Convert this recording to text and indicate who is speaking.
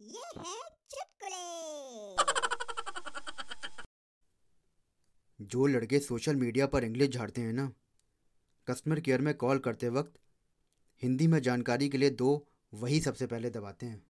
Speaker 1: ये है चुटकुले
Speaker 2: जो लड़के सोशल मीडिया पर इंग्लिश झाड़ते हैं ना कस्टमर केयर में कॉल करते वक्त हिंदी में जानकारी के लिए दो वही सबसे पहले दबाते हैं